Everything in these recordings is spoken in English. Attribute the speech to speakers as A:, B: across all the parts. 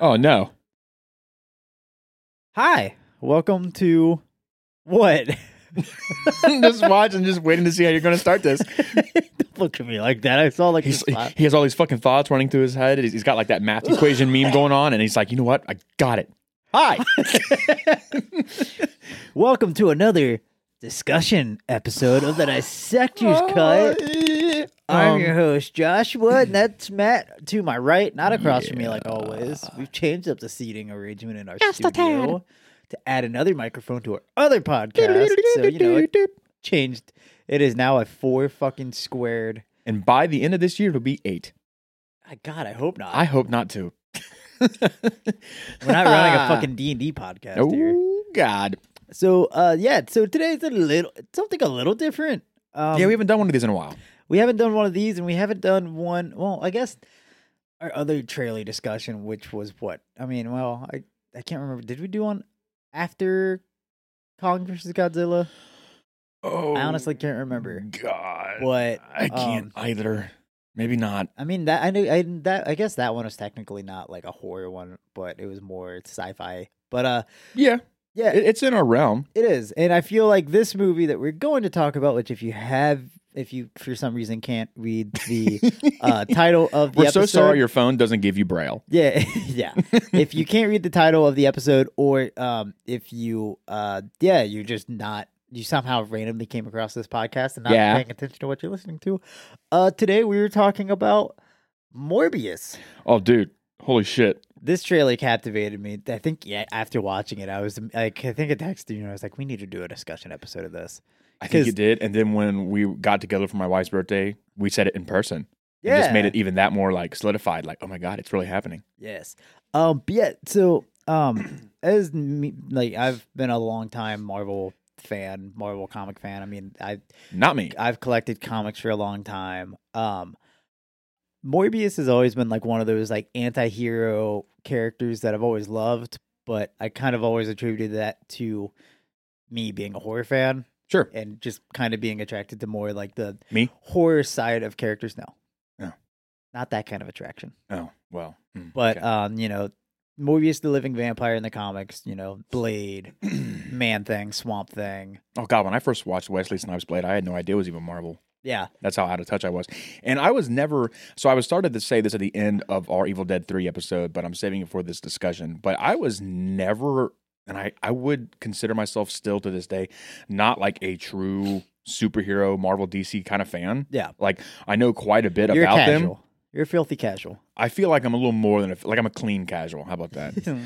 A: Oh no.
B: Hi, welcome to what?
A: just watching, just waiting to see how you're going to start this.
B: Don't look at me like that. I saw like
A: He's,
B: this. spot.
A: he has all these fucking thoughts running through his head. He's he's got like that math equation meme going on, and he's like, you know what? I got it. Hi.
B: Welcome to another discussion episode of the Dissectors Cut. I'm
A: Um,
B: your host Joshua, and that's Matt to my right, not across from me like always. We've changed up the seating arrangement in our studio to add another microphone to our other podcast. so you know, it changed. It is now a four fucking squared.
A: and by the end of this year, it'll be eight.
B: I God, I hope not.
A: I hope not to.
B: We're not running a fucking D and D podcast here.
A: Oh God.
B: So uh yeah, so today's a little something a little different. Um,
A: yeah, we haven't done one of these in a while.
B: we haven't done one of these, and we haven't done one. Well, I guess our other trailer discussion, which was what I mean. Well, I I can't remember. Did we do one after Kong versus Godzilla?
A: Oh,
B: I honestly can't remember.
A: God.
B: But
A: I can't
B: um,
A: either. Maybe not.
B: I mean that I knew I that I guess that one was technically not like a horror one, but it was more sci-fi. But uh,
A: Yeah,
B: yeah,
A: it- it's in our realm.
B: It is. And I feel like this movie that we're going to talk about, which if you have if you for some reason can't read the uh, title of the
A: We're
B: episode.
A: so sorry your phone doesn't give you braille.
B: yeah, yeah. if you can't read the title of the episode or um if you uh yeah, you're just not you somehow randomly came across this podcast and not
A: Yeah.
B: paying attention to what you're listening to. Uh today we were talking about Morbius.
A: Oh, dude. Holy shit.
B: This trailer captivated me. I think yeah, after watching it, I was like I think I texted you and I was like, we need to do a discussion episode of this.
A: I think
B: 'Cause-
A: it did. And then when we got together for my wife's birthday, we said it in person.
B: Yeah.
A: It just made it even that more like solidified. Like, oh my God, it's really happening.
B: Yes. Um. But yeah. So, um, as me, like I've been a long time Marvel fan, Marvel comic fan. I mean, I
A: Not me.
B: I've collected comics for a long time. Um, Morbius has always been like one of those like anti-hero characters that I've always loved, but I kind of always attributed that to me being a horror fan
A: Sure.
B: and just kind of being attracted to more like the
A: Me?
B: horror side of characters. No.
A: No.
B: Not that kind of attraction.
A: Oh, well. mm,
B: But
A: okay.
B: um, you know, Morbius the Living Vampire in the comics, you know, Blade, Man Thing, Swamp Thing.
A: oh God, when I first watched Wesley Snipes Blade, I had no idea it was even Marvel.
B: Yeah.
A: That's how out of touch I was. And I was never so I was started to say this at the end of our Evil Dead 3 episode, but I'm saving it for this discussion. But I was never and I, I would consider myself still to this day not like a true superhero Marvel DC kind of fan.
B: Yeah.
A: Like I know quite a bit
B: You're
A: about
B: casual.
A: them.
B: You're filthy casual.
A: I feel like I'm a little more than a, like I'm a clean casual. How about that? Mhm.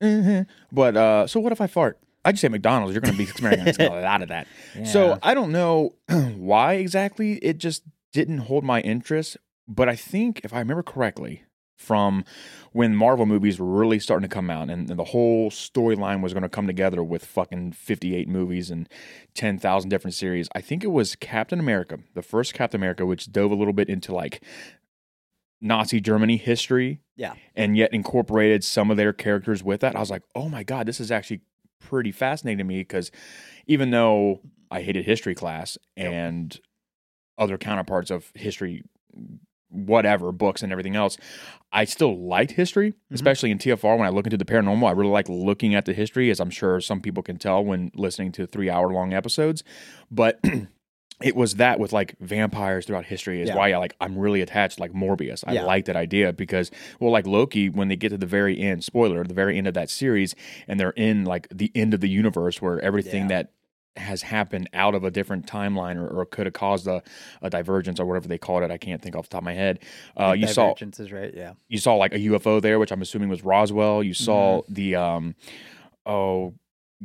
B: Mm-hmm.
A: But uh, so what if I fart? I just say McDonald's. You're going to be experiencing a lot of that.
B: Yeah.
A: So uh, I don't know why exactly it just didn't hold my interest. But I think if I remember correctly, from when Marvel movies were really starting to come out and, and the whole storyline was going to come together with fucking 58 movies and 10,000 different series, I think it was Captain America, the first Captain America, which dove a little bit into like Nazi Germany history.
B: Yeah.
A: And yet incorporated some of their characters with that. I was like, oh my God, this is actually pretty fascinating to me because even though I hated history class and other counterparts of history, whatever, books and everything else, I still liked history,
B: Mm-hmm.
A: especially in TFR. When I look into the paranormal, I really like looking at the history, as I'm sure some people can tell when listening to three hour long episodes. But it was that with like vampires throughout history is
B: Yeah.
A: why I like I'm really attached like Morbius. I
B: Yeah.
A: like that idea because well like Loki when they get to the very end spoiler the very end of that series and they're in like the end of the universe where everything
B: Yeah.
A: that has happened out of a different timeline or, or could have caused a, a divergence or whatever they called it I can't think off the top of my head. Uh, you saw
B: Divergence is right, yeah.
A: you saw like a UFO there which I'm assuming was Roswell. You saw
B: Mm-hmm.
A: the um oh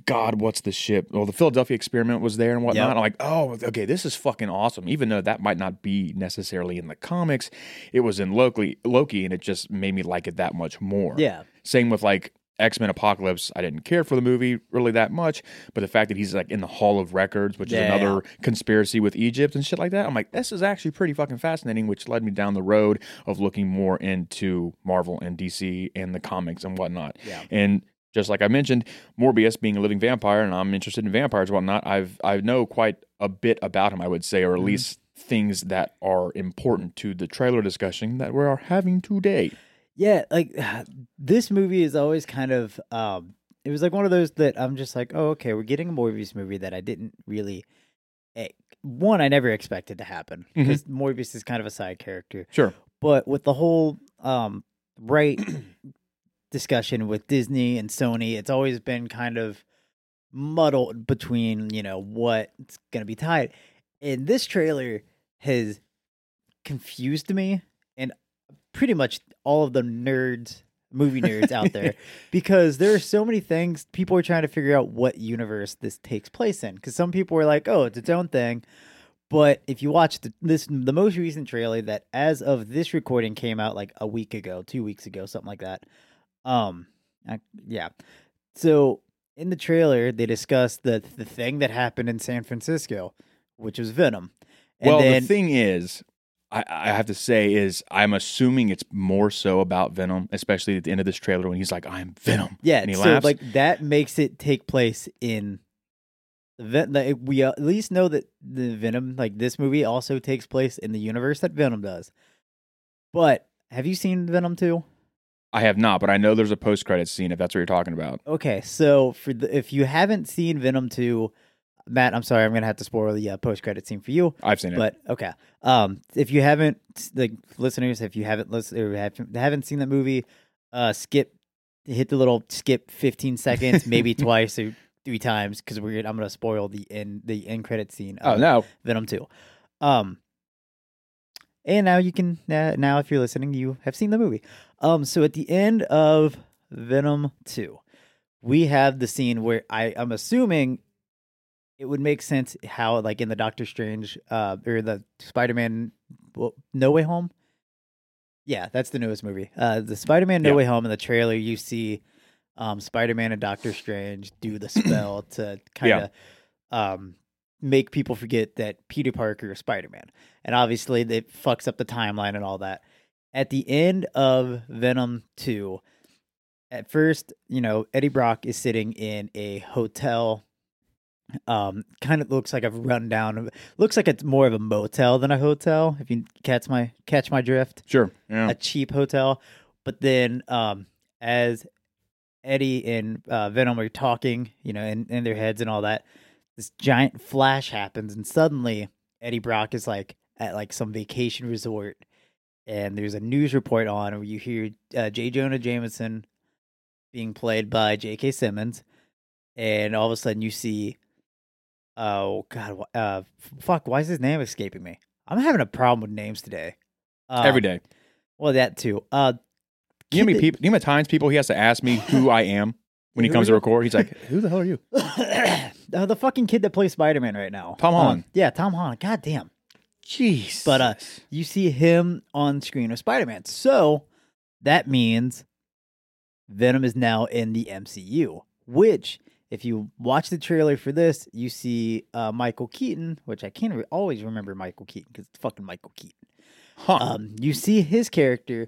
A: God, what's the ship? Well, the Philadelphia experiment was there and whatnot.
B: Yep.
A: I'm like, oh, okay, this is fucking awesome. Even though that might not be necessarily in the comics, it was in Loki, Loki, and it just made me like it that much more.
B: Yeah.
A: Same with like X Men Apocalypse. I didn't care for the movie really that much, but the fact that he's like in the Hall of Records, which
B: Yeah.
A: is another conspiracy with Egypt and shit like that, I'm like, this is actually pretty fucking fascinating, which led me down the road of looking more into Marvel and DC and the comics and whatnot.
B: Yeah.
A: And just like I mentioned, Morbius being a living vampire, and I'm interested in vampires and whatnot. I've I know quite a bit about him, I would say, or at
B: Mhm.
A: least things that are important to the trailer discussion that we are having today.
B: yeah, like this movie is always kind of um it was like one of those that I'm just like, "Oh, okay, we're getting a Morbius movie that I didn't really eh, one I never expected to happen
A: Mhm.
B: because Morbius is kind of a side character.
A: Sure.
B: But with the whole um right discussion with Disney and Sony, it's always been kind of muddled between, you know, what's going to be tied. And this trailer has confused me and pretty much all of the nerds, movie nerds out there because there are so many things people are trying to figure out what universe this takes place in. Because some people are like, "Oh, it's its own thing," but if you watch the, this, the most recent trailer that, as of this recording, came out like a week ago, two weeks ago, something like that. Um, I- yeah. So in the trailer, they discussed the the thing that happened in San Francisco, which was Venom. And
A: well,
B: then,
A: the thing is, I, I have to say, is I'm assuming it's more so about Venom, especially at the end of this trailer when he's like, "I'm Venom."
B: Yeah,
A: and he
B: so
A: laughs.
B: like that makes it take place in the Ven- like, we at least know that the Venom like this movie also takes place in the universe that Venom does. But have you seen Venom 2?
A: I have not, but I know there's a post credit scene if that's what you're talking about.
B: Okay, so for the, if you haven't seen Venom 2, Matt, I'm sorry, I'm going to have to spoil the uh, post-credit scene for you.
A: I've seen it.
B: But okay, um, if you haven't, like listeners, if you haven't listened or haven't, haven't seen that movie, uh, skip, hit the little skip fifteen seconds, maybe twice or three times, because we're gonna- I'm gonna spoil the end the end credit scene.
A: oh
B: Of
A: no,
B: Venom two, um, and now you can now, now if you're listening, you have seen the movie. Um, so at the end of Venom two, we have the scene where I I'm assuming it would make sense how like in the Doctor Strange uh or the Spider-Man well, No Way Home. Yeah, that's the newest movie. Uh the Spider-Man No
A: Yeah.
B: Way Home in the trailer you see um Spider-Man and Doctor Strange do the spell to kind of um make people forget that Peter Parker is Spider-Man. And obviously it fucks up the timeline and all that. At the end of Venom 2, at first, you know, Eddie Brock is sitting in a hotel um kind of looks like a rundown looks like it's more of a motel than a hotel if you catch my catch my drift
A: sure. Yeah.
B: a cheap hotel but then um as eddie and uh, venom are talking you know in, in their heads and all that this giant flash happens and suddenly eddie brock is like at like some vacation resort and there's a news report on where you hear uh, j jonah jameson being played by j.k simmons and all of a sudden you see oh god wh- uh f- fuck why is his name escaping me i'm having a problem with names today Um,
A: Every day.
B: well, that too. Uh,
A: You know how many
B: kid-
A: people? You know how many times people he has to ask me who I am when he
B: Who
A: comes
B: are
A: to
B: you?
A: record? He's like, "Who the hell are you?"
B: uh, the fucking kid that plays Spider Man right now,
A: Tom
B: Um,
A: Holland.
B: yeah, Tom Holland. God damn.
A: Jeez.
B: But, uh, You see him on screen with Spider Man, so that means Venom is now in the MCU. Which, if you watch the trailer for this, you see uh, Michael Keaton, which I can't re- always remember Michael Keaton because it's fucking Michael Keaton.
A: huh.
B: Um, you see his character,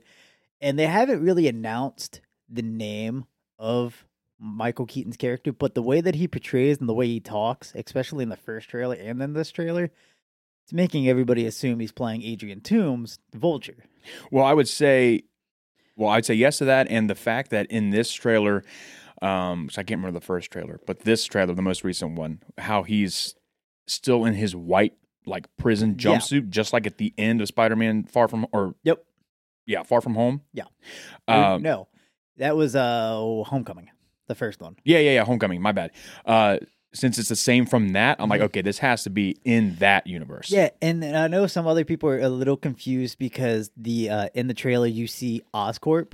B: and they haven't really announced the name of Michael Keaton's character, but the way that he portrays and the way he talks, especially in the first trailer and then this trailer, it's making everybody assume he's playing Adrian Toomes, the Vulture.
A: Well, I would say, well, I'd say yes to that, and the fact that in this trailer, um, so I can't remember the first trailer, but this trailer, the most recent one, how he's still in his white like prison
B: Yeah.
A: jumpsuit, just like at the end of Spider-Man: Far From or
B: Yep.
A: yeah, Far From Home.
B: Yeah. Or-
A: Um,
B: no, that was uh, Homecoming, the first one.
A: yeah, yeah, yeah. Homecoming. My bad. Uh, since it's the same from that, I'm like, okay, this has to be in that universe.
B: Mm-hmm. Yeah, and then I know some other people are a little confused because the uh, in the trailer you see Oscorp,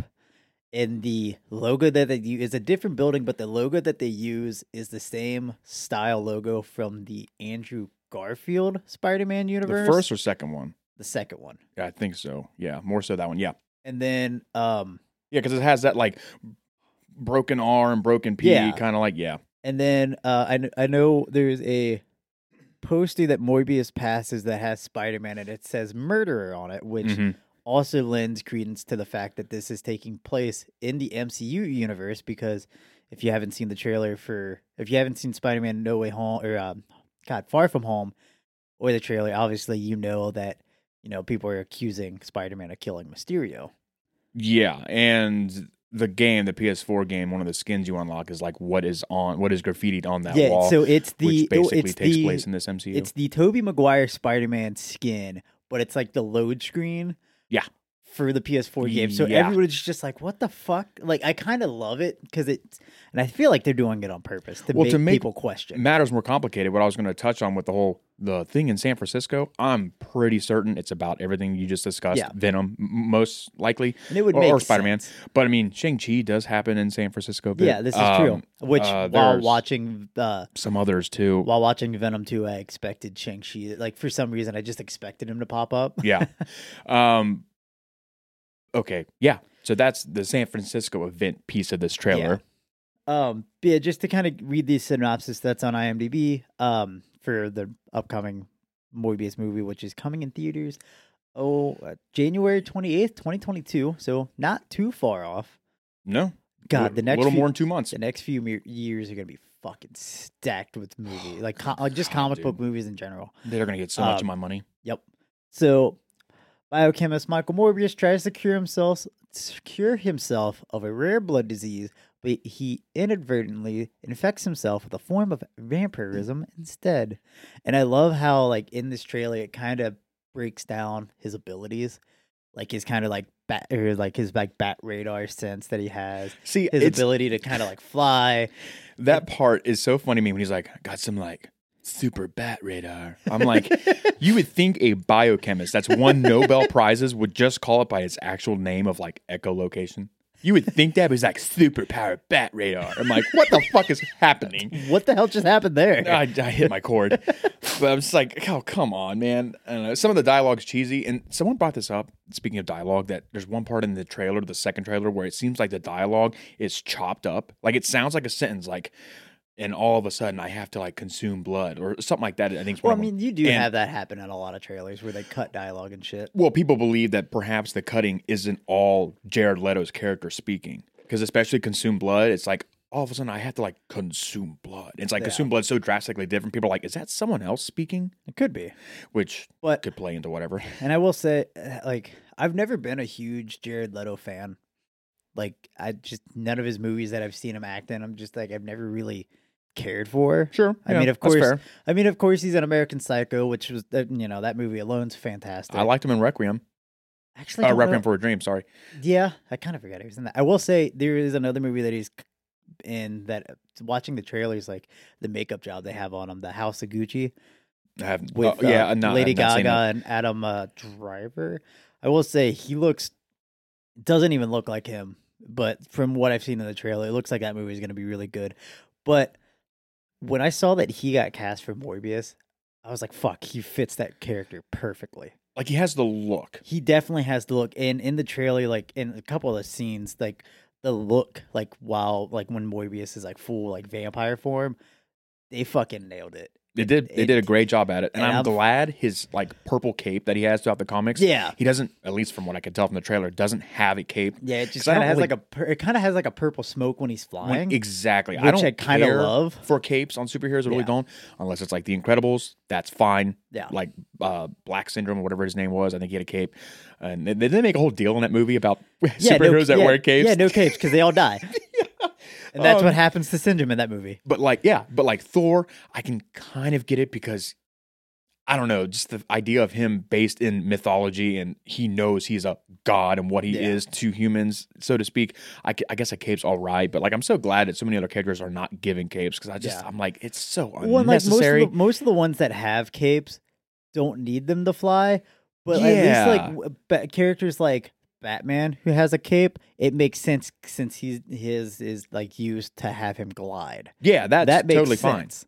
B: and the logo that they use is a different building, but the logo that they use is the same style logo from the Andrew Garfield Spider-Man
A: the
B: universe.
A: first or second one.
B: the second one,
A: Yeah, I think so. Yeah, more so that one. Yeah,
B: and then um,
A: yeah, because it has that like broken arm, broken P,
B: Yeah.
A: kind of like yeah.
B: and then uh, I kn- I know there's a poster that Morbius passes that has Spider-Man and it says murderer on it, which.
A: Mhm.
B: also lends credence to the fact that this is taking place in the MCU universe because if you haven't seen the trailer for if you haven't seen Spider-Man No Way Home or um, God Far From Home or the trailer, obviously you know that you know people are accusing Spider-Man of killing Mysterio.
A: Yeah, and the game, the PS4 game, one of the skins you unlock is like what is on what is graffitied on that
B: yeah,
A: wall,
B: so it's the oh,
A: which basically
B: it's
A: takes
B: the,
A: place in this MCU.
B: It's the Toby Maguire Spider-Man skin, but it's like the load screen.
A: Yeah.
B: For the PS4 game. So
A: Yeah.
B: everybody's just like, what the fuck? Like I kind of love it because it's and I feel like they're doing it on purpose to,
A: Well,
B: make,
A: to make-
B: people question.
A: matters more complicated. What I was going to touch on with the whole the thing in San Francisco, I'm pretty certain it's about everything you just discussed.
B: Yeah.
A: Venom, m- most likely,
B: And it would
A: or,
B: make
A: or Spider-Man.
B: sense.
A: But I mean, Shang Chi does happen in San Francisco. a bit.
B: Yeah, this is true.
A: Um,
B: Which
A: uh,
B: while
A: there's
B: watching uh
A: some others too.
B: while watching Venom 2, I expected Shang-Chi. Like for some reason I just expected him to pop up.
A: yeah. Um. Okay. Yeah. So that's the San Francisco event piece of this trailer.
B: Um, but yeah, just to kind of read the synopsis that's on IMDb um, for the upcoming Morbius movie, which is coming in theaters. Oh, uh, January twenty eighth, twenty twenty two. So not too far off.
A: No.
B: God, the
A: a
B: next
A: little
B: few,
A: more than two months.
B: the next few me- years are gonna be fucking stacked with movie, like co- like just
A: Oh, God,
B: comic book
A: dude.
B: movies in general.
A: They're gonna get so
B: Um,
A: much of my money.
B: Yep. So, biochemist Michael Morbius tries to cure himself cure himself of a rare blood disease, but he inadvertently infects himself with a form of vampirism instead. And I love how, like in this trailer, it kind of breaks down his abilities, like his kind of like bat or like his like bat radar sense that he has,
A: See,
B: his
A: it's,
B: ability to kind of like fly.
A: that part is so funny to me when he's like, "Got some like super bat radar." I'm like, you would think a biochemist that's won Nobel prizes would just call it by its actual name of like echolocation. You would think that, but he's like superpower bat radar. I'm like, what the fuck is happening?
B: what the hell just happened there?
A: I, I hit my cord. but I'm just like, oh, come on, man. I don't know. Some of the dialogue's cheesy. And someone brought this up, speaking of dialogue, that there's one part in the trailer, the second trailer, where it seems like the dialogue is chopped up. Like it sounds like a sentence, like, and all of a sudden I have to like consume blood or something like that. I think it's
B: well, I
A: one of them.
B: mean, you do
A: And-
B: have that happen in a lot of trailers where they cut dialogue and shit.
A: Well, people believe that perhaps the cutting isn't all Jared Leto's character speaking, because especially consume blood, it's like all of a sudden I have to like consume blood. It's like
B: Yeah.
A: consume blood so drastically different. People are like, is that someone else speaking?
B: It could be.
A: Which
B: But
A: could play into whatever.
B: and I will say, uh, like, I've never been a huge Jared Leto fan. Like, I just none of his movies that I've seen him act in, I'm just like, I've never really cared for.
A: Sure.
B: I mean, of course. I mean, of course, he's an American Psycho, which was, uh, you know, that movie alone's fantastic.
A: I liked him in Requiem.
B: actually I
A: Uh,
B: don't know-
A: Requiem for a Dream, sorry.
B: Yeah, I kind of forgot he was in that. I will say there is another movie that he's c- in that uh, watching the trailers, like the makeup job they have on him, the House of Gucci.
A: I have
B: with
A: oh, yeah,
B: uh,
A: no, I
B: Lady
A: have not
B: Gaga
A: seen that.
B: and Adam uh, Driver. I will say he looks doesn't even look like him, but from what I've seen in the trailer, it looks like that movie is going to be really good. But when I saw that he got cast for Morbius, I was like, "Fuck, he fits that character perfectly."
A: Like he has the look.
B: He definitely has the look, and in the trailer, like in a couple of scenes, like the look, like while like when Morbius is like full like vampire form, they fucking nailed it.
A: They did they
B: it-
A: did a great job at it. And,
B: and
A: I'm,
B: I'm-
A: glad his like purple cape that he has throughout the comics.
B: Yeah,
A: He doesn't, at least from what I could tell from the trailer, doesn't have a cape.
B: Yeah, it just
A: 'Cause I
B: kind of
A: don't
B: has
A: really-
B: like a pur- it kind of has like a purple smoke when he's
A: When-
B: flying,
A: exactly. I
B: which
A: don't
B: I kind of
A: care
B: love.
A: for capes on superheroes. I really
B: Yeah.
A: don't. Unless it's like the Incredibles. That's fine.
B: Yeah,
A: Like uh, Black Syndrome, or whatever his name was. I think he had a cape. And they, they did make a whole deal in that movie about
B: yeah, no-
A: superheroes that
B: yeah,
A: wear capes.
B: Yeah, no capes because they all die, and that's
A: Um,
B: what happens to Syndrome in that movie.
A: But like, yeah, but like Thor, I can kind of get it because I don't know, just the idea of him based in mythology and he knows he's a god and what he
B: Yeah.
A: is to humans, so to speak. I, ca- I guess a cape's all right, but like, I'm so glad that so many other characters are not giving capes because I just,
B: Yeah.
A: I'm like, it's so
B: Well, and, like most of,
A: unnecessary.
B: the, most of the ones that have capes don't need them to fly, but at least like
A: Yeah.
B: w- ba- characters like Batman who has a cape, it makes sense since he's his is like used to have him glide.
A: yeah, that's
B: that makes
A: totally fine.
B: sense.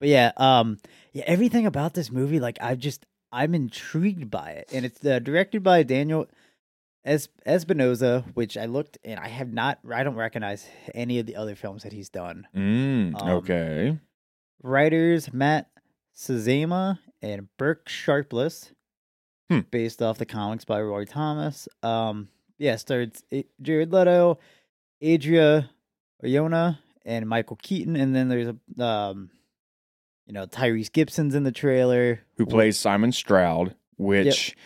B: But yeah, um, yeah, everything about this movie, like I just I'm intrigued by it, and it's uh, directed by Daniel Es- Espinosa, which I looked and I have not, I don't recognize any of the other films that he's done.
A: Mm,
B: Um,
A: okay.
B: Writers Matt Sazama and Burke Sharpless,
A: Hmm.
B: based off the comics by Roy Thomas. Um, yeah, starts Jared Leto, Adria Oyona, and Michael Keaton, and then there's a um, you know Tyrese Gibson's in the trailer.
A: Who plays Simon Stroud, which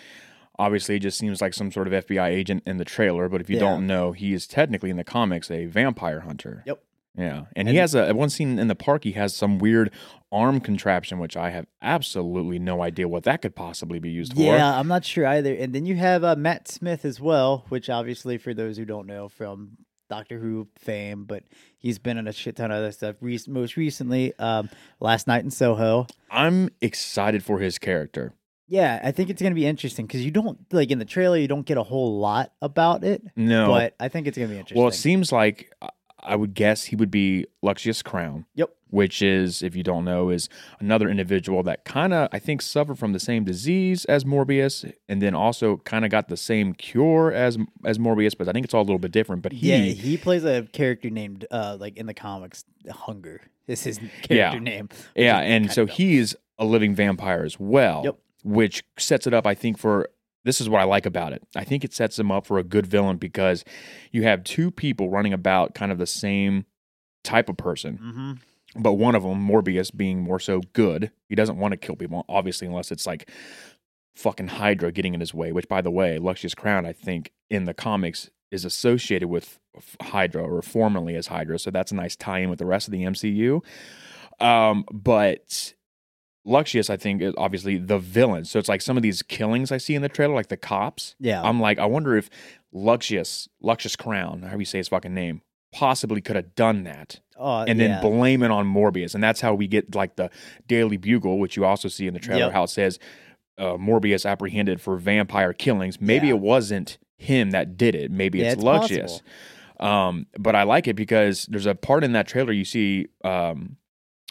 A: Obviously, he just seems like some sort of FBI agent in the trailer, but if you
B: Yeah.
A: don't know, he is technically in the comics a vampire hunter.
B: Yep.
A: Yeah. And,
B: And-
A: he has a one scene in the park, he has some weird arm contraption, which I have absolutely no idea what that could possibly be used for.
B: Yeah, I'm not sure either. And then you have uh, Matt Smith as well, which obviously, for those who don't know from Doctor Who fame, but he's been in a shit ton of other stuff. Re- most recently, um, Last Night in Soho.
A: I'm excited for his character.
B: Yeah, I think it's gonna be interesting because you don't like in the trailer, you don't get a whole lot about it,
A: No.
B: but I think it's gonna be interesting.
A: Well, it seems like I- I would guess he would be Luxius Crown.
B: Yep.
A: Which is, if you don't know, is another individual that kind of, I think, suffered from the same disease as Morbius, and then also kind of got the same cure as as Morbius, but I think it's all a little bit different. But he,
B: yeah, he plays a character named uh, like in the comics, Hunger is his character name. which
A: Yeah,
B: is
A: and
B: kinda
A: so
B: dumb.
A: he's a living vampire as well,
B: Yep.
A: which sets it up, I think, for this is what I like about it. I think it sets him up for a good villain because you have two people running about kind of the same type of person.
B: Mhm.
A: but one of them, Morbius, being more so good, he doesn't want to kill people, obviously, unless it's like fucking Hydra getting in his way. Which, by the way, Luxius Crown, I think, in the comics is associated with F- Hydra or formerly as Hydra, so that's a nice tie-in with the rest of the MCU. Um, but Luxius, I think, is obviously the villain. So it's like some of these killings I see in the trailer, like the cops.
B: yeah,
A: I'm like, I wonder if Luxius, Luxius Crown, however you say his fucking name, possibly could have done that
B: uh,
A: and then
B: yeah.
A: blame it on Morbius. And that's how we get like the Daily Bugle, which you also see in the trailer,
B: Yep.
A: how it says uh, Morbius apprehended for vampire killings. Maybe
B: Yeah.
A: it wasn't him that did it. Maybe
B: Yeah,
A: it's,
B: it's
A: Luxius.
B: possible.
A: Um, but I like it because there's a part in that trailer you see um,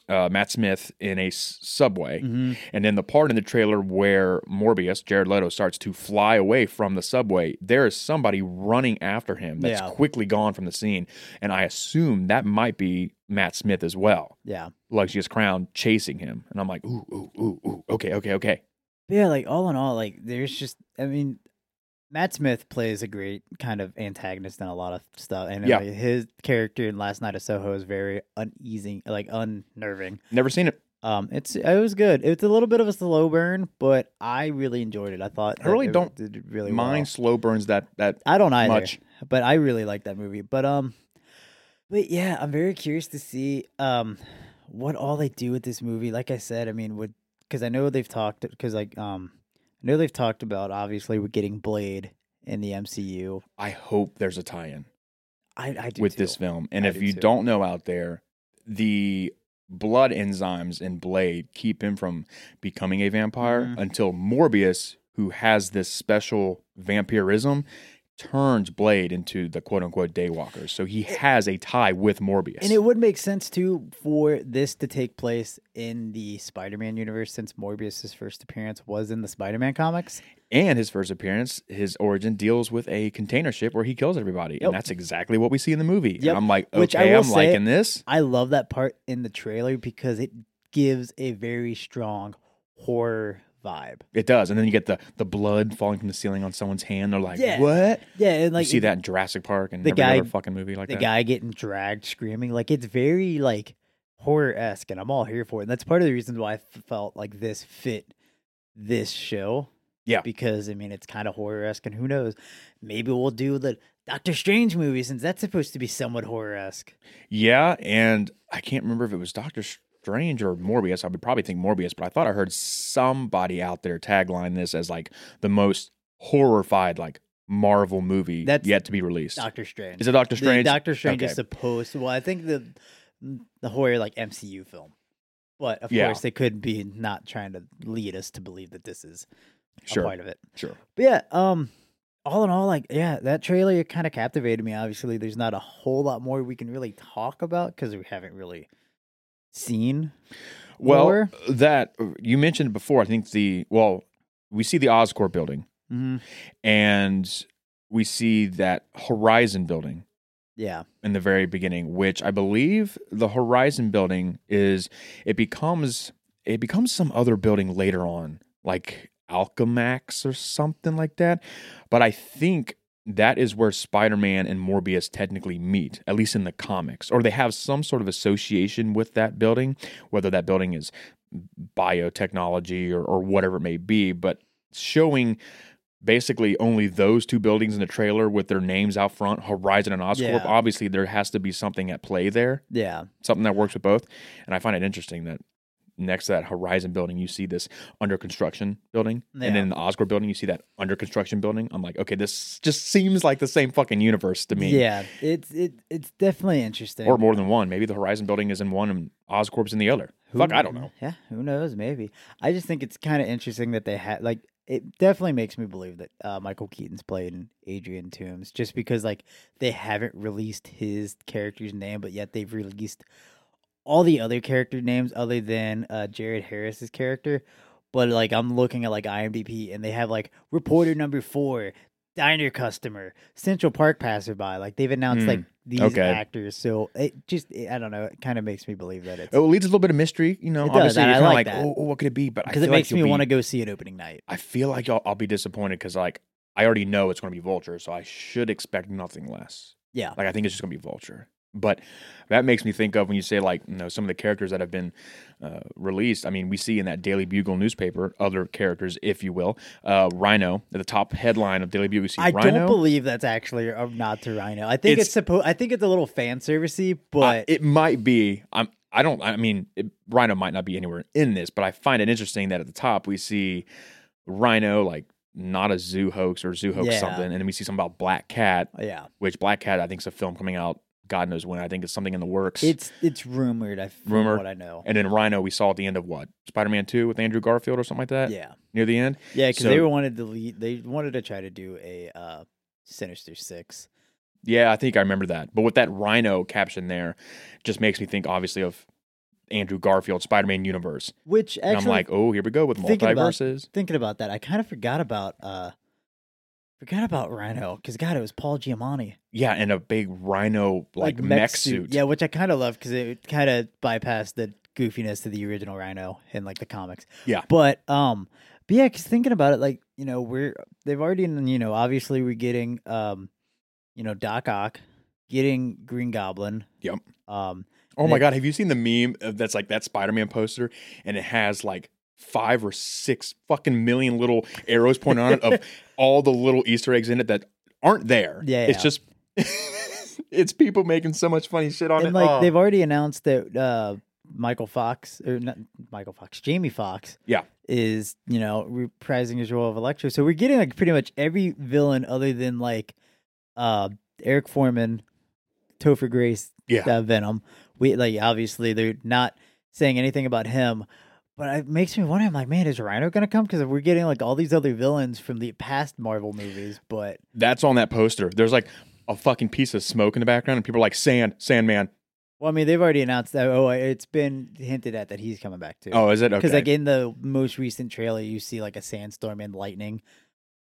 A: uh, Matt Smith in a s- subway.
B: Mhm.
A: And then the part in the trailer where Morbius, Jared Leto, starts to fly away from the subway, there is somebody running after him that's
B: Yeah.
A: quickly gone from the scene. And I assume that might be Matt Smith as well,
B: yeah.
A: Luxius Crown chasing him. And I'm like, ooh, ooh, ooh, ooh. Okay, okay, okay.
B: yeah, like all in all, like there's just I mean, Matt Smith plays a great kind of antagonist in a lot of stuff, and
A: Yeah.
B: like, his character in Last Night of Soho is very uneasing, like unnerving.
A: Never seen it.
B: Um, it's it was good. It's a little bit of a slow burn, but I really enjoyed it. I thought
A: I
B: that
A: really
B: it
A: don't
B: did really well.
A: Mine slow burns that that
B: I don't either,
A: much.
B: but I really like that movie. But um, but yeah, I'm very curious to see um what all they do with this movie. Like I said, I mean, would because I know they've talked because like um I know they've talked about obviously we're getting Blade in the MCU.
A: I hope there's a tie-in.
B: I I do
A: with
B: too.
A: this film. And
B: I
A: if
B: do
A: you
B: too.
A: don't know out there, the blood enzymes in Blade keep him from becoming a vampire
B: Mhm.
A: until Morbius, who has this special vampirism, turns Blade into the quote unquote daywalker. So he has a tie with Morbius.
B: And it would make sense too for this to take place in the Spider-Man universe, since Morbius' first appearance was in the Spider-Man comics.
A: and his first appearance, his origin deals with a container ship where he kills everybody.
B: Yep.
A: And that's exactly what we see in the movie.
B: Yep.
A: And I'm like, okay,
B: Which I will
A: I'm
B: say-
A: liking this.
B: I love that part in the trailer because it gives a very strong horror vibe.
A: It does. And then you get the the blood falling from the ceiling on someone's hand. They're like,
B: Yeah.
A: what?
B: Yeah, and
A: Like
B: like
A: you see that in Jurassic Park and
B: the
A: every
B: guy-
A: other fucking movie like
B: the
A: that.
B: guy getting dragged screaming, like it's very like horror esque, and I'm all here for it. And that's part of the reason why I f- felt like this fit this show.
A: Yeah.
B: because I mean it's kind of horror esque, and who knows, maybe we'll do the Doctor Strange movie since that's supposed to be somewhat horror esque.
A: Yeah, and I can't remember if it was Doctor Strange or Morbius. I would probably think Morbius, but I thought I heard somebody out there tagline this as like the most horrified like Marvel movie
B: That's-
A: yet to be released.
B: Doctor Strange.
A: Is it Doctor Strange?
B: Doctor Strange is
A: Okay.
B: supposed to. Well, I think the mm, the horror like MCU film, but of
A: Yeah.
B: course they could be not trying to lead us to believe that this is a
A: sure,
B: part of it.
A: sure.
B: But yeah, um, all in all, like yeah, that trailer kind of captivated me. Obviously, there's not a whole lot more we can really talk about because we haven't really seen.
A: Well,
B: More?
A: that you mentioned before. I think the well, we see the Oscorp building
B: Mm-hmm.
A: and we see that Horizon building.
B: Yeah,
A: in the very beginning, which I believe the Horizon building is it becomes it becomes some other building later on, like Alchemax or something like that. But I think that is where Spider-Man and Morbius technically meet, at least in the comics, or they have some sort of association with that building, whether that building is biotechnology or, or whatever it may be, but showing basically only those two buildings in the trailer with their names out front, Horizon and
B: Yeah.
A: Oscorp. Obviously, there has to be something at play there,
B: Yeah.
A: something that works with both. And I find it interesting that next to that Horizon building, you see this under construction building,
B: Yeah.
A: and then the Oscorp building, you see that under construction building. I'm like, okay, this just seems like the same fucking universe to me.
B: yeah. It's it it's definitely interesting.
A: Or more than one. Maybe the Horizon building is in one and Oscorp's in the other.
B: Who
A: Fuck, I
B: kn-
A: don't know.
B: Yeah, who knows? Maybe. I just think it's kind of interesting that they had like it definitely makes me believe that uh, Michael Keaton's playing Adrian Toomes just because like they haven't released his character's name, but yet they've released all the other character names other than uh, Jared Harris's character. But like I'm looking at like IMDb and they have like reporter number four, diner customer, Central Park passerby. Like they've announced
A: Hmm,
B: like these
A: okay.
B: actors, so it just I don't know. It kind of makes me believe that it's
A: It leads a little bit of mystery, you know.
B: It does,
A: obviously,
B: and
A: you're
B: I
A: kinda
B: like that.
A: oh, oh, what could it be? But I
B: because it
A: feel like
B: makes me
A: you'll
B: want
A: be-
B: to go see it opening night.
A: I feel like y'all, I'll be disappointed because like I already know it's going to be Vulture, so I should expect nothing less.
B: Yeah.
A: Like I think it's just going to be Vulture. But that makes me think of when you say like you know some of the characters that have been uh, released. I mean, we see in that Daily Bugle newspaper other characters, if you will, uh, Rhino. At the top headline of Daily Bugle, you see
B: I
A: Rhino.
B: don't believe that's actually a nod to Rhino. I think it's,
A: It's-
B: supposed. I think it's a little fan servicey,
A: I-
B: but
A: it might be. I'm. I don't. I mean, it, Rhino might not be anywhere in this, but I find it interesting that at the top we see Rhino like not a zoo hoax or zoo hoax
B: Yeah.
A: something, and then we see something about Black Cat,
B: yeah,
A: which Black Cat I think is a film coming out. God knows when. I think it's something in the works.
B: it's it's rumored. I from
A: Rumored.
B: what I know.
A: and then Rhino, we saw at the end of what Spider Man Two with Andrew Garfield or something like that.
B: Yeah,
A: Near the end,
B: yeah, because
A: So-
B: they wanted to lead. They wanted to try to do a uh, Sinister Six.
A: yeah, I think I remember that. But with that Rhino caption there, just makes me think obviously of Andrew Garfield Spider Man universe.
B: Which
A: and
B: actually,
A: I'm like, oh, here we go with
B: thinking about-
A: multiverses.
B: thinking about that, I kind of forgot about uh, forgot about Rhino because God, it was Paul Giamatti.
A: Yeah, and a big rhino like, mech, suit.
B: Yeah, which I kind of love because it kind of bypassed the goofiness to the original Rhino in like the comics.
A: Yeah.
B: but um, but yeah, because thinking about it, like you know, we're they've already you know obviously we're getting um, you know Doc Ock, getting Green Goblin.
A: Yep.
B: Um,
A: Oh my
B: They-
A: god, have you seen the meme of- that's like that Spider-Man poster and it has like five or six fucking million little arrows pointing on it of all the little Easter eggs in it that aren't there.
B: Yeah,
A: It's
B: yeah.
A: just it's people making so much funny shit on
B: and
A: it.
B: like
A: Oh.
B: they've already announced that uh Michael Fox or not Michael Fox, Jamie Fox.
A: Yeah.
B: Is, you know, reprising his role of Electro. So we're getting like pretty much every villain other than like uh Eric Foreman, Topher Grace,
A: yeah.
B: uh, Venom. We like obviously they're not saying anything about him. But it makes me wonder. I'm like, man, is Rhino gonna come? Because we're getting like all these other villains from the past Marvel movies. But
A: That's on that poster. There's like a fucking piece of smoke in the background and people are like sand, sandman.
B: well, I mean, they've already announced that. Oh, it's been hinted at that he's coming back too.
A: Oh, is it? Okay.
B: because like in the most recent trailer you see like a sandstorm and lightning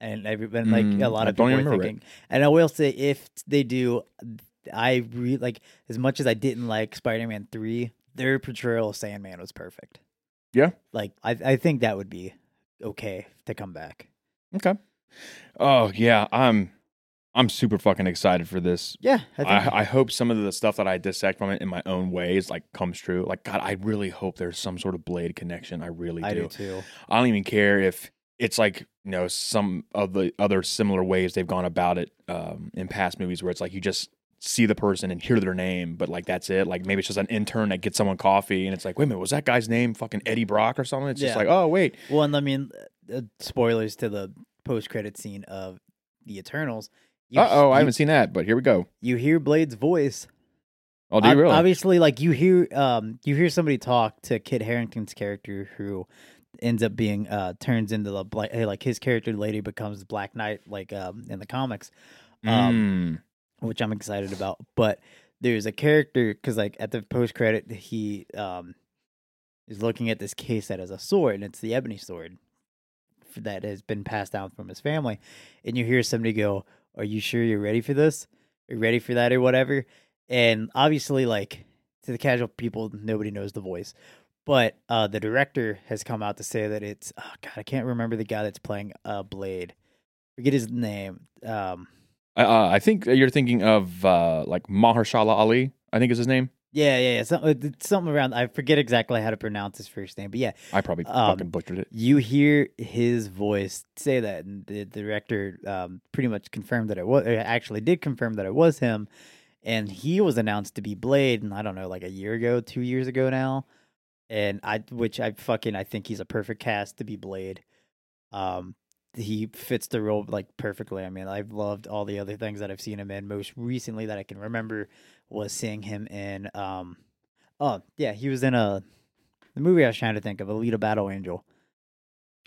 B: and everyone like a
A: Mm,
B: lot
A: I
B: of people
A: don't
B: are
A: remember it.
B: thinking and i will say if they do i re- like as much as i didn't like spider-man 3 their portrayal of sandman was perfect
A: Yeah.
B: like i, I think that would be okay to come back
A: okay. Oh, yeah, I'm I'm super fucking excited for this.
B: yeah i think
A: I, I hope some of the stuff that I dissect from it in my own ways like comes true. Like God, I really hope there's some sort of blade connection. I really
B: I
A: do.
B: do too
A: I don't even care if it's like you know some of the other similar ways they've gone about it um, in past movies where it's like you just see the person and hear their name, but like that's it. Like maybe it's just an intern that gets someone coffee and it's like, wait a minute, was that guy's name fucking Eddie Brock or something? It's just
B: Yeah.
A: like, oh wait,
B: Well, and I mean, uh, spoilers to the post-credit scene of the Eternals. You-
A: uh oh, I
B: you,
A: haven't seen that, but here we go.
B: you hear Blade's voice,
A: Oh, do
B: Ob-
A: you really?
B: Obviously, like you hear, um, you hear somebody talk to Kit Harrington's character, who ends up being uh turns into the black, like his character later becomes Black Knight, like um in the comics, um,
A: Mm.
B: which I'm excited about. But there's a character because like at the post credit, he um is looking at this case that has a sword, and it's the ebony sword f- that has been passed down from his family, and you hear somebody go, "Are you sure you're ready for this? Are you ready for that, or whatever?" And obviously, like to the casual people, nobody knows the voice. But uh, the director has come out to say that it's oh god, I can't remember the guy that's playing uh, Blade. Forget his name. Um,
A: Uh, I think you're thinking of uh, like Mahershala Ali. I think is his name.
B: Yeah, yeah, yeah. Some, it's something around. I forget exactly how to pronounce his first name, but yeah,
A: I probably
B: Um,
A: fucking butchered it.
B: you hear his voice say that, and the director um, pretty much confirmed that it was. Or actually, did confirm that it was him, and he was announced to be Blade. And I don't know, like a year ago, two years ago now, and I, which I fucking, I think he's a perfect cast to be Blade. Um, he fits the role like perfectly. I mean, I've loved all the other things that I've seen him in. Most recently that I can remember was seeing him in. Um, oh yeah, he was in a the movie I was trying to think of, Alita Battle Angel.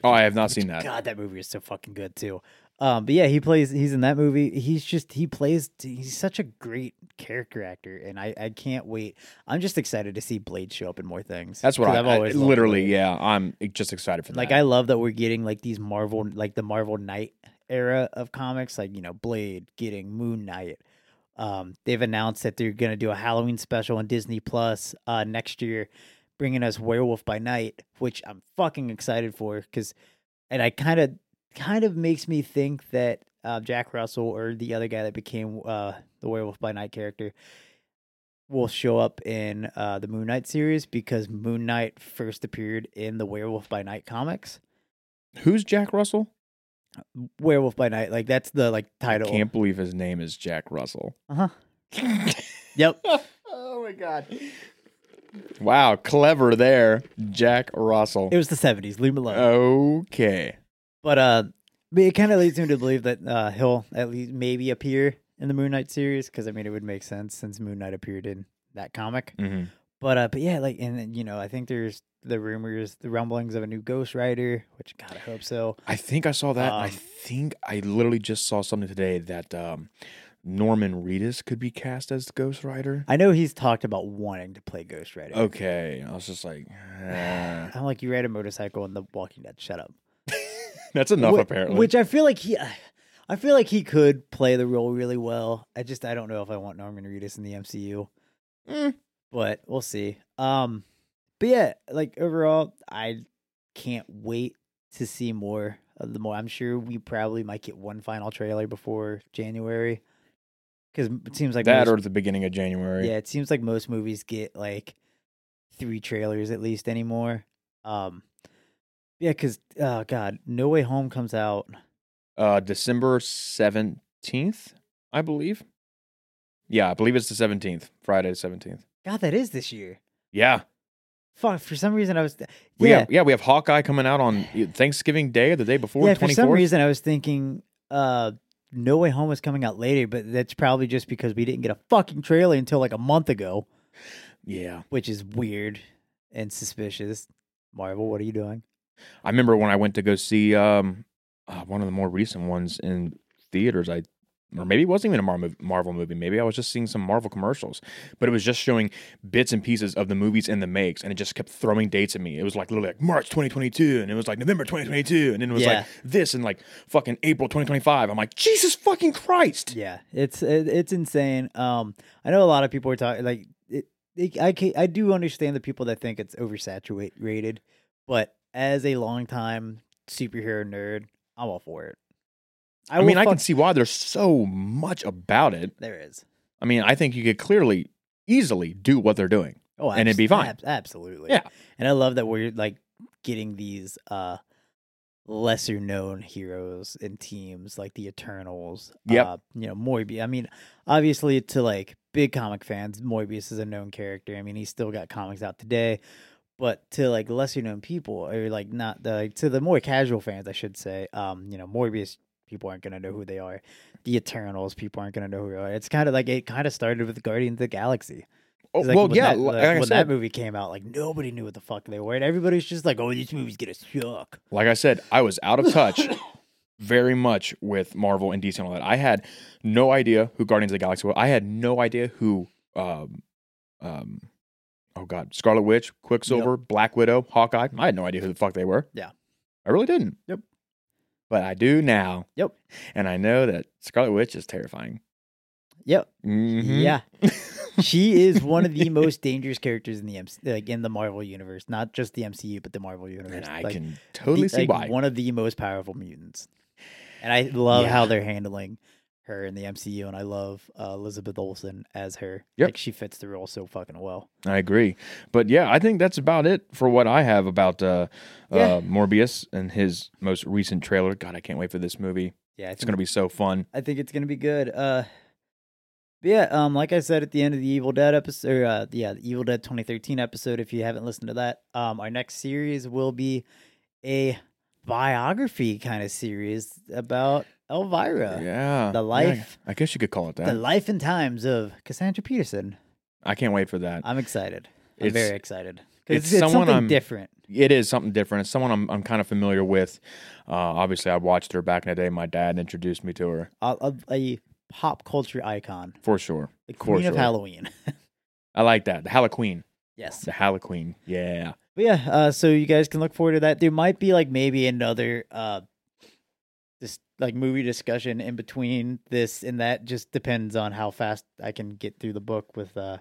A: Oh, I have not
B: Which-
A: seen that.
B: God, that movie is so fucking good too. Um, but yeah, he plays. He's in that movie. He's just he plays. He's such a great character actor, and I I can't wait. I'm just excited to see Blade show up in more things.
A: That's what
B: 'cause
A: I,
B: I've
A: I-
B: always loved
A: literally.
B: Blade.
A: Yeah, I'm just excited for that.
B: Like I love that we're getting like these Marvel, like the Marvel Knight era of comics, like you know Blade getting Moon Knight. Um, they've announced that they're gonna do a Halloween special on Disney Plus uh, next year, bringing us Werewolf by Night, which I'm fucking excited for because, and I kind of kind of makes me think that uh, Jack Russell or the other guy that became uh, the Werewolf by Night character will show up in uh, the Moon Knight series because Moon Knight first appeared in the Werewolf by Night comics.
A: Who's Jack Russell?
B: Werewolf by Night, like that's the like
A: I
B: title.
A: can't believe his name is Jack Russell.
B: Uh-huh. Yep.
A: oh my god. Wow, clever there, Jack Russell.
B: It was the seventies. Leave me alone.
A: Oh. okay.
B: But uh, but it kind of leads me to believe that uh, he'll at least maybe appear in the Moon Knight series because I mean it would make sense since Moon Knight appeared in that comic. But uh, but yeah, like and then, you know I think there's the rumors, the rumblings of a new Ghost Rider, which God I hope so.
A: I think I saw that. I
B: Um,
A: think I literally just saw something today that um, Norman Reedus could be cast as the Ghost Rider.
B: I know he's talked about wanting to play Ghost Rider.
A: Okay, I was just like, eh.
B: I'm like you ride a motorcycle in The Walking Dead. Shut up.
A: that's enough
B: Wh-
A: apparently.
B: Which I feel like he, I feel like he could play the role really well. I just I don't know if I want Norman Reedus in the MCU,
A: Mm.
B: but we'll see. Um, but yeah, like overall, I can't wait to see more of the more. I'm sure we probably might get one final trailer before January, because it seems like
A: that
B: most-
A: or the beginning of January.
B: yeah, it seems like most movies get like three trailers at least anymore. Um, yeah, because oh god, No Way Home comes out.
A: Uh, December seventeenth, I believe. Yeah, I believe it's the seventeenth, Friday the seventeenth.
B: God, that is this year.
A: Yeah,
B: Fuck, for some reason I was.
A: we
B: yeah,
A: have yeah we have Hawkeye coming out on Thanksgiving Day or the day before
B: yeah. For
A: twenty
B: some
A: fourth.
B: reason I was thinking, uh, No Way Home was coming out later, but that's probably just because we didn't get a fucking trailer until like a month ago,
A: Yeah,
B: which is weird and suspicious. Marvel, what are you doing?
A: I remember when I went to go see um uh, one of the more recent ones in theaters. I or maybe it wasn't even a Mar- mov- Marvel movie. Maybe I was just seeing some Marvel commercials, but it was just showing bits and pieces of the movies and the makes, and it just kept throwing dates at me. It was like literally like March 2022, and it was like November 2022, and then it was
B: Yeah.
A: like this, and like fucking April 2025. I'm like Jesus fucking Christ.
B: Yeah, it's it, it's insane. Um, I know a lot of people are talking like it, it, I can, I do understand the people that think it's oversaturated, but as a longtime superhero nerd, I'm all for it.
A: I, mean,
B: will
A: I can
B: fuck-
A: see why there's so much about it.
B: there is.
A: I mean, I think you could clearly, easily do what they're doing.
B: Oh,
A: and it'd be
B: abs-
A: fine.
B: ab- absolutely.
A: Yeah.
B: And I love that we're like getting these uh lesser known heroes and teams like the Eternals.
A: Yep.
B: Uh, you know, Morbius. I mean, obviously to like big comic fans, Morbius is a known character. I mean, he's still got comics out today. But to like lesser known people, or like not the like, to the more casual fans, I should say, um, you know, Morbius people aren't gonna know who they are. The Eternals people aren't gonna know who they are. It's kind of like it kind of started with Guardians of the Galaxy.
A: Oh,
B: 'Cause, like,
A: well,
B: when
A: yeah,
B: that,
A: li-
B: like,
A: like I
B: when
A: said,
B: that movie came out, like nobody knew what the fuck they were, and everybody's just like, "Oh, these movies gonna suck."
A: like I said, I was out of touch very much with Marvel and DC and all that. I had no idea who Guardians of the Galaxy was. I had no idea who, um, um, oh God, Scarlet Witch, Quicksilver, Black Widow, Hawkeye. I had no idea who the fuck they were.
B: Yeah.
A: I really didn't.
B: Yep.
A: But I do now.
B: Yep.
A: And I know that Scarlet Witch is terrifying.
B: Yep.
A: Mhm.
B: Yeah, she is one of the most dangerous characters in the MC, like in the Marvel universe, not just the MCU, but the Marvel universe.
A: and I
B: Like,
A: can
B: the-
A: totally see
B: like,
A: why.
B: One of the most powerful mutants, and I love
A: Yeah.
B: how they're handling her in the MCU, and I love uh, Elizabeth Olsen as her.
A: Yep.
B: Like she fits the role so fucking well.
A: I agree. But yeah, I think that's about it for what I have about uh,
B: Yeah.
A: uh, Morbius and his most recent trailer. God, I can't wait for this movie.
B: Yeah, I
A: It's
B: think-
A: going to be so fun.
B: I think it's gonna be good. Uh, but yeah, um, like I said at the end of the Evil Dead episode, or, uh, yeah, the Evil Dead 2013 episode. If you haven't listened to that, um, our next series will be a biography kind of series about Elvira,
A: yeah.
B: the
A: Yeah,
B: life-
A: I guess you could call it
B: the
A: that.
B: life and times of Cassandra Peterson.
A: I can't wait for that.
B: I'm excited. I'm
A: It's-
B: very excited. 'Cause
A: it's
B: It's,
A: someone
B: something
A: I'm-
B: different.
A: It is something different. It's someone I'm, I'm kind of familiar with. Uh, obviously, I watched her back in the day. My dad introduced me to her
B: A, a, a pop culture icon,
A: for sure.
B: the
A: For
B: queen of
A: sure.
B: Halloween.
A: I like that. The Halloween.
B: yes.
A: The Halloween. Yeah.
B: But yeah, uh, so you guys can look forward to that. There might be like maybe another uh this like movie discussion in between this and that just depends on how fast I can get through the book with uh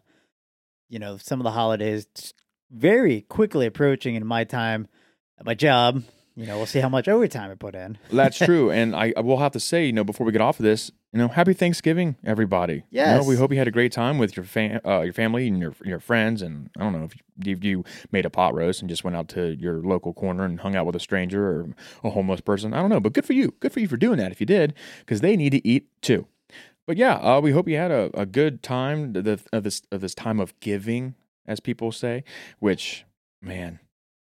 B: you know, some of the holidays just very quickly approaching in my time at my job. You know, we'll see how much overtime I put in.
A: That's true. and I, I will have to say, you know, before we get off of this, you know, happy Thanksgiving, everybody. You know, we
B: Yes.
A: hope you had a great time with your fam- uh, your family and your your friends. And I don't know if you, if you made a pot roast and just went out to your local corner and hung out with a stranger or a homeless person. I don't know, but good for you. Good for you for doing that if you did, because they need to eat too. But yeah, uh, we hope you had a, a good time th- th- of this of this time of giving, as people say. Which, man,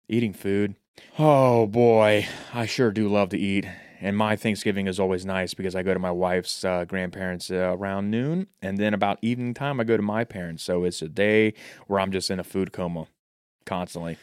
A: eating food. Oh boy, I sure do love to eat. And my Thanksgiving is always nice because I go to my wife's uh, grandparents uh, around noon, and then about evening time I go to my parents. So it's a day where I'm just in a food coma constantly.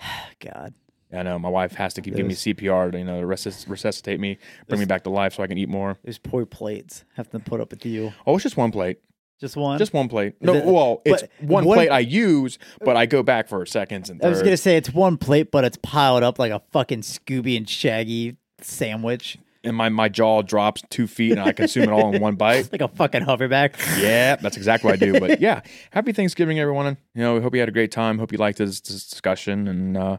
B: Ah, God.
A: I know my wife has to keep giving me
B: Those-
A: CPR to you know resusc- resuscitate me, bring me
B: Those-
A: back to life so I can eat more.
B: Those poor plates have to put up with you.
A: Oh, it's just one plate.
B: Just one.
A: Just one plate. No,
B: it-
A: well, it's
B: but
A: one,
B: one-
A: plate I use, but I go back for seconds and
B: I was gonna
A: thirds.
B: say it's one plate, but it's piled up like a fucking Scooby and Shaggy sandwich.
A: and my, my jaw drops two feet, and I consume it all in one bite.
B: like a fucking hoverback.
A: Yeah, that's exactly what I do. But yeah, happy Thanksgiving, everyone. You know, we hope you had a great time. Hope you liked this, this discussion. And uh,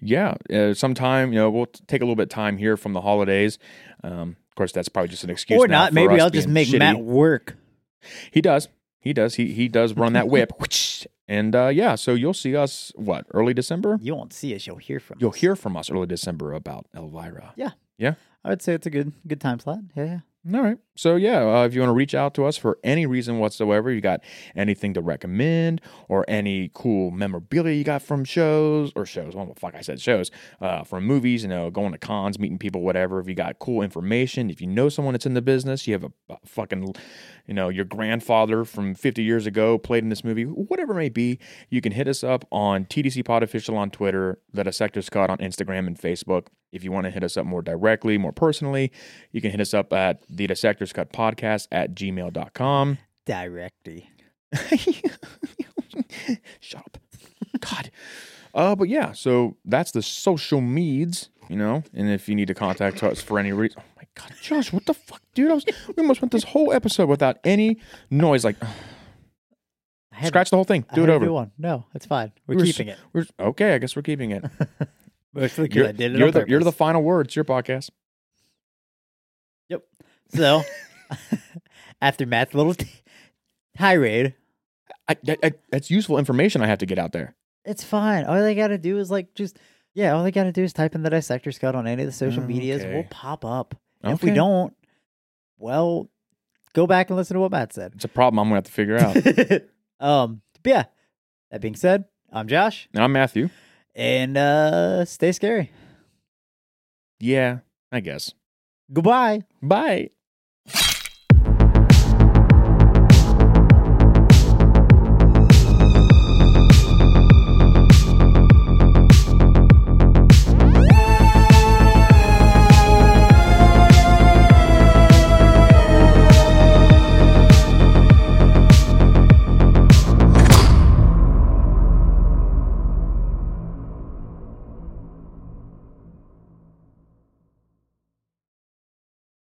A: yeah, uh, sometime, you know, we'll t- take a little bit of time here from the holidays. Um, of course, that's probably just an excuse.
B: or
A: now
B: not.
A: for
B: Maybe
A: us
B: I'll just
A: being
B: make
A: shitty.
B: Matt work.
A: He does. He does. He he does run that whip. Whoosh. and uh, yeah, so you'll see us, what, early December?
B: You won't see us. You'll hear from.
A: You'll
B: us.
A: hear from us early December about Elvira.
B: Yeah.
A: Yeah.
B: I would say it's a good good time slot. Yeah, yeah.
A: All right. So yeah, uh, if you want to reach out to us for any reason whatsoever, you got anything to recommend or any cool memorabilia you got from shows or shows. Well, fuck, I said shows. Uh, from movies, you know, going to cons, meeting people, whatever. If you got cool information, if you know someone that's in the business, you have a bu- fucking, you know, your grandfather from 50 years ago played in this movie, whatever it may be, you can hit us up on TDC Pod Official on Twitter, The Dissector Scott on Instagram and Facebook. If you want to hit us up more directly, more personally, you can hit us up at the Dissector's Cut Podcast at gmail.com.
B: Directy.
A: Shut up. God. Uh, but yeah, so that's the social meds, you know. And if you need to contact us for any reason, oh my god, Josh, what the fuck, dude? I was, we almost went this whole episode without any noise. Like,
B: I had-
A: scratch the whole thing,
B: I
A: do it
B: had a
A: over.
B: good one. No, it's fine. We're
A: We're s-
B: keeping it.
A: We're, okay, I guess we're keeping it.
B: Mostly because
A: You're,
B: I did it.
A: you're
B: on
A: the, you're the
B: purpose.
A: final word. It's your podcast.
B: so after Matt's little t- tirade,
A: I, I, I, that's useful information I have to get out there.
B: it's fine. All they gotta do is like just yeah. All they gotta do is type in the dissector Scott on any of the social medias. We'll
A: Mm, Okay.
B: pop up. And If we
A: Okay.
B: don't, well, go back and listen to what Matt said.
A: it's a problem I'm gonna have to figure out.
B: um, but yeah. That being said, I'm Josh,
A: and I'm Matthew.
B: and uh, stay scary.
A: Yeah, I guess.
B: Goodbye.
A: Bye.